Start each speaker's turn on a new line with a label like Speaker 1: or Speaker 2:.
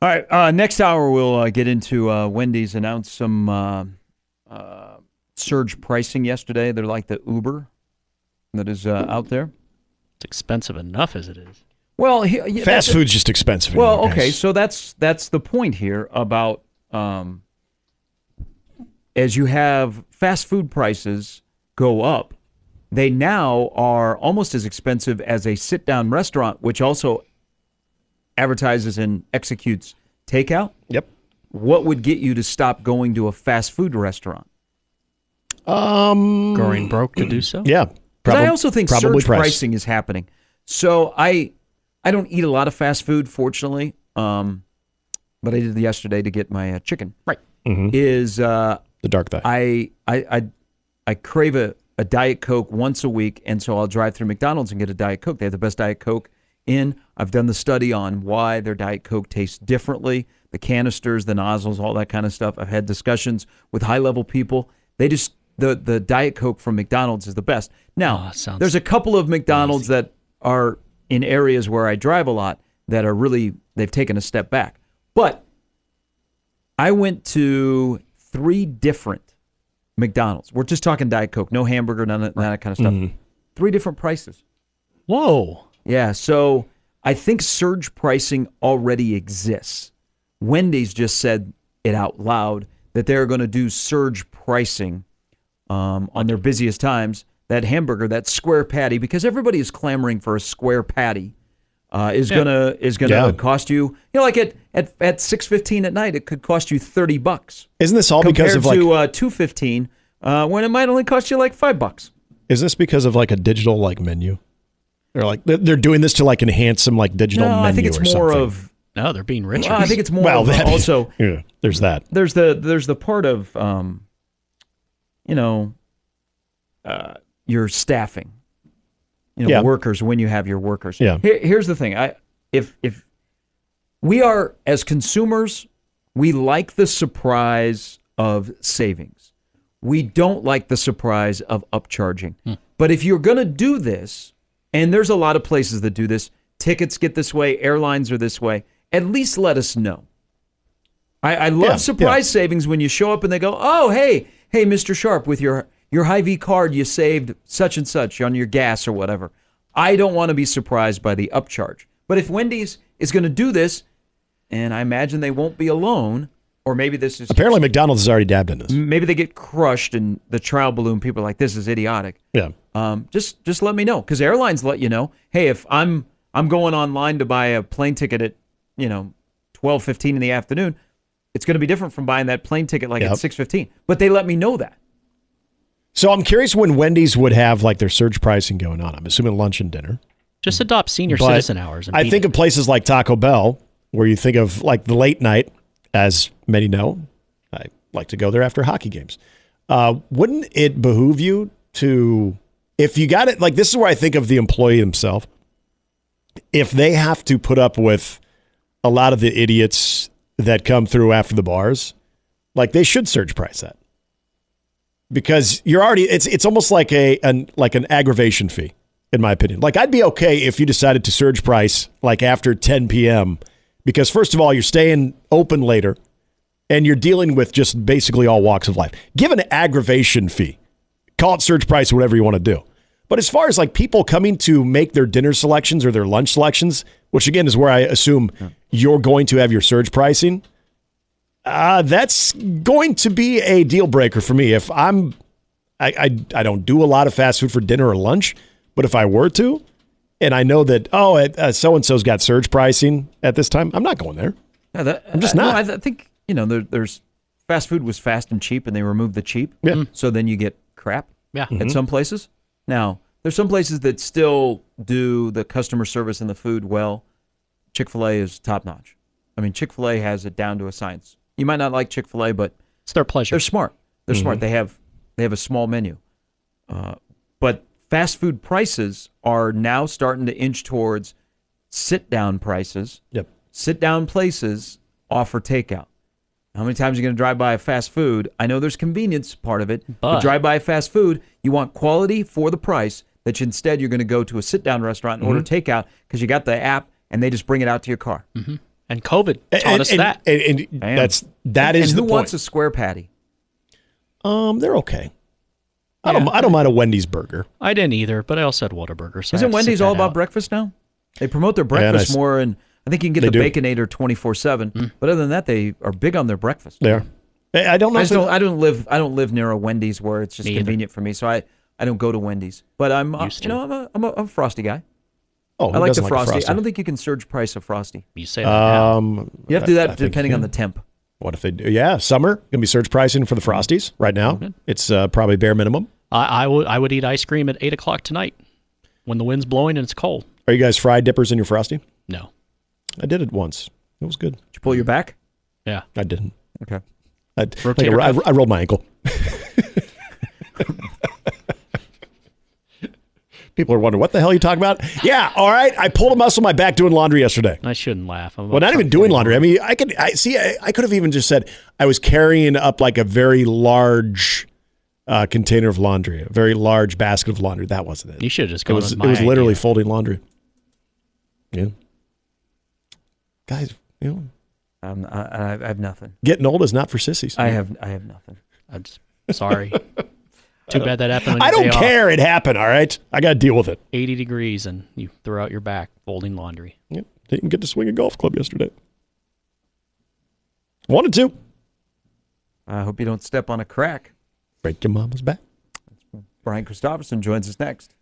Speaker 1: All right. Uh, next hour, we'll uh, get into uh, Wendy's announced some uh, uh, surge pricing yesterday. They're like the Uber that is uh, out there.
Speaker 2: It's expensive enough as it is.
Speaker 1: Well, he, yeah,
Speaker 3: Fast
Speaker 1: that's-
Speaker 3: food's just expensive.
Speaker 1: Well,
Speaker 3: anymore,
Speaker 1: okay,
Speaker 3: guys.
Speaker 1: so that's that's the point here about um, as you have fast food prices go up, they now are almost as expensive as a sit-down restaurant, which also advertises and executes takeout.
Speaker 3: Yep.
Speaker 1: What would get you to stop going to a fast food restaurant?
Speaker 3: Um.
Speaker 2: Going broke to do so.
Speaker 3: Yeah.
Speaker 1: But
Speaker 3: probab-
Speaker 1: I also think
Speaker 3: probably
Speaker 1: surge
Speaker 3: price.
Speaker 1: pricing is happening. So I I don't eat a lot of fast food, fortunately. Um, but I did yesterday to get my uh, chicken. Right. Is uh,
Speaker 3: The dark thigh.
Speaker 1: I I I I crave a, a diet coke once a week, and so I'll drive through McDonald's and get a diet coke. They have the best diet coke in. I've done the study on why their diet coke tastes differently, the canisters, the nozzles, all that kind of stuff. I've had discussions with high level people. They just the the diet coke from McDonald's is the best.
Speaker 2: Oh,
Speaker 1: Now
Speaker 2: it sounds
Speaker 1: there's a couple of McDonald's that are in areas where I drive a lot that are really they've taken a step back, but I went to three different McDonald's. We're just talking Diet Coke, no hamburger, none of none of that kind of
Speaker 3: Mm.
Speaker 1: stuff.
Speaker 3: Hmm.
Speaker 1: Three different prices.
Speaker 2: Whoa.
Speaker 1: Yeah, so I think surge pricing already exists. Wendy's just said it out loud that they're going to do surge pricing um, on their busiest times. That hamburger, that square patty, because everybody is clamoring for a square patty, uh, is gonna is gonna
Speaker 3: Yeah.
Speaker 1: cost you. You know, like at at at six fifteen at night, it could cost you thirty bucks
Speaker 3: Isn't this all because of like?
Speaker 1: compared to uh, two fifteen, uh, when it might only cost you like five bucks.
Speaker 3: is this because of like a digital like menu? They're like they're- they're doing this to like enhance some like digital
Speaker 1: No,
Speaker 3: menu
Speaker 1: I think it's
Speaker 3: or
Speaker 1: more
Speaker 3: something.
Speaker 1: of.
Speaker 2: No, they're being richer.
Speaker 1: well, I think it's more
Speaker 3: well,
Speaker 1: of
Speaker 3: that,
Speaker 1: also.
Speaker 3: yeah, there's that.
Speaker 1: There's the there's the part of um, you know, uh, your staffing, you know,
Speaker 3: Yeah.
Speaker 1: workers when you have your workers.
Speaker 3: Yeah.
Speaker 1: Here, here's the thing. I if if we are as consumers, we like the surprise of savings. We don't like the surprise of upcharging.
Speaker 3: Hmm.
Speaker 1: But if you're going to do this, and there's a lot of places that do this, tickets get this way, airlines are this way, at least let us know. I, I love
Speaker 3: Yeah,
Speaker 1: surprise savings when you show up and they go, oh, hey, hey, Mr. Sharp, with your, your high V card, you saved such and such on your gas or whatever. I don't want to be surprised by the upcharge. But if Wendy's is going to do this, and I imagine they won't be alone, or maybe this is
Speaker 3: Apparently, McDonald's has already dabbed in this.
Speaker 1: maybe they get crushed and the trial balloon people are like this is idiotic
Speaker 3: Yeah.
Speaker 1: um, just just let me know because airlines let you know hey if i'm i'm going online to buy a plane ticket at you know twelve fifteen in the afternoon it's going to be different from buying that plane ticket like
Speaker 3: Yep.
Speaker 1: at six fifteen. but they let me know that
Speaker 3: So I'm curious when Wendy's would have like their surge pricing going on. I'm assuming lunch and dinner.
Speaker 2: Just adopt senior
Speaker 3: But
Speaker 2: citizen hours. And
Speaker 3: I
Speaker 2: beat
Speaker 3: think
Speaker 2: it.
Speaker 3: of places like Taco Bell, where you think of like the late night, as many know. I like to go there after hockey games. Uh, wouldn't it behoove you to, if you got it, like this is where I think of the employee himself. If they have to put up with a lot of the idiots that come through after the bars, like they should surge price that because you're already it's it's almost like a an like an aggravation fee in my opinion like i'd be okay if you decided to surge price like after 10 p.m because first of all you're staying open later and you're dealing with just basically all walks of life give an aggravation fee call it surge price whatever you want to do but as far as like people coming to make their dinner selections or their lunch selections which again is where i assume you're going to have your surge pricing uh, that's going to be a deal breaker for me. If I'm, I, I, I don't do a lot of fast food for dinner or lunch, but if I were to, and I know that, oh, so and so's got surge pricing at this time, I'm not going there.
Speaker 1: Yeah, that-
Speaker 3: I'm just
Speaker 1: I- no,
Speaker 3: not.
Speaker 1: I, th- I think you know there, there's fast food was fast and cheap, and they removed the cheap.
Speaker 3: Yeah. Mm.
Speaker 1: So then you get crap.
Speaker 2: Yeah.
Speaker 1: At some places. Now there's some places that still do the customer service and the food well. Chick Fil A is top notch. I mean, Chick Fil A has it down to a science. You might not like Chick Fil A, but
Speaker 2: it's their pleasure.
Speaker 1: they're smart. They're smart. They have they have a small menu, uh, but fast food prices are now starting to inch towards sit down prices
Speaker 3: Yep.
Speaker 1: sit down places offer takeout. How many times are you going to drive by a fast food? I know there's convenience part of it, but,
Speaker 2: But-
Speaker 1: drive by a fast food, you want quality for the price that you,
Speaker 3: Mm-hmm.
Speaker 1: instead you're going to go to a sit down restaurant and order takeout because you got the app and they just bring it out to your car.
Speaker 2: And COVID taught
Speaker 3: and,
Speaker 2: us
Speaker 3: and-
Speaker 2: that.
Speaker 3: and- and that's that
Speaker 1: and
Speaker 3: is
Speaker 1: who
Speaker 3: the
Speaker 1: wants a
Speaker 3: point.
Speaker 1: square patty?
Speaker 3: um, they're okay. I don't. I don't mind a Wendy's burger.
Speaker 2: I didn't either, but I also had Whataburger.
Speaker 1: Isn't
Speaker 2: So I have to sit
Speaker 1: Wendy's
Speaker 2: that
Speaker 1: all about
Speaker 2: out.
Speaker 1: breakfast now? They promote their
Speaker 3: and I
Speaker 1: breakfast
Speaker 3: s-
Speaker 1: more, and I think you can get
Speaker 3: They
Speaker 1: the
Speaker 3: do. Mm.
Speaker 1: Baconator twenty four seven. But other than that, they are big on their breakfast.
Speaker 3: There. I I don't know.
Speaker 1: I
Speaker 3: if
Speaker 1: just don't. I don't live. I don't live near a Wendy's where it's just
Speaker 2: Me either.
Speaker 1: convenient for me. So I, I don't go to Wendy's. But I'm, uh,
Speaker 2: Used
Speaker 1: you know, I'm a, I'm a, I'm a frosty guy.
Speaker 3: oh, who
Speaker 1: I like the
Speaker 3: doesn't
Speaker 1: frosty. I don't think you can surge price a frosty.
Speaker 2: You say that now.
Speaker 3: Um,
Speaker 1: You have to do that depending on
Speaker 3: the.
Speaker 1: the temp.
Speaker 3: What if they do? Yeah, summer gonna be surge pricing for the Frosties right now. It's uh, probably bare minimum.
Speaker 2: I, I would I would eat ice cream at eight o'clock tonight when the wind's blowing and it's cold.
Speaker 3: Are you guys fried dippers in your Frosty?
Speaker 2: No.
Speaker 3: I did it once. It was good.
Speaker 1: Did you pull your back?
Speaker 2: Yeah.
Speaker 3: I didn't.
Speaker 1: Okay.
Speaker 3: I, like I,
Speaker 2: Rotator
Speaker 3: I- I rolled my ankle. People are wondering what the hell you talking about. Yeah, all right. I pulled a muscle in my back doing laundry yesterday.
Speaker 2: I shouldn't laugh. I'm
Speaker 3: Well, not even doing laundry. I mean, I could I see. I, I could have even just said I was carrying up like a very large uh, container of laundry, a very large basket of laundry. That wasn't it.
Speaker 2: You should have just
Speaker 3: It
Speaker 2: gone
Speaker 3: was
Speaker 2: with
Speaker 3: it
Speaker 2: my
Speaker 3: was literally
Speaker 2: idea.
Speaker 3: folding laundry. Yeah, guys, you know,
Speaker 1: Um, I, I, I have nothing.
Speaker 3: getting old is not for sissies.
Speaker 1: I have I have nothing.
Speaker 2: I'm just- sorry. Too bad that happened. On
Speaker 3: I
Speaker 2: your
Speaker 3: don't
Speaker 2: day off.
Speaker 3: care. It happened. All right, I got to deal with it.
Speaker 2: 80 degrees and you throw out your back folding laundry.
Speaker 3: Yep. Didn't get to swing a golf club yesterday. Wanted to
Speaker 1: I hope you don't step on a crack.
Speaker 3: break your mama's back.
Speaker 1: Brian Christopherson joins us next.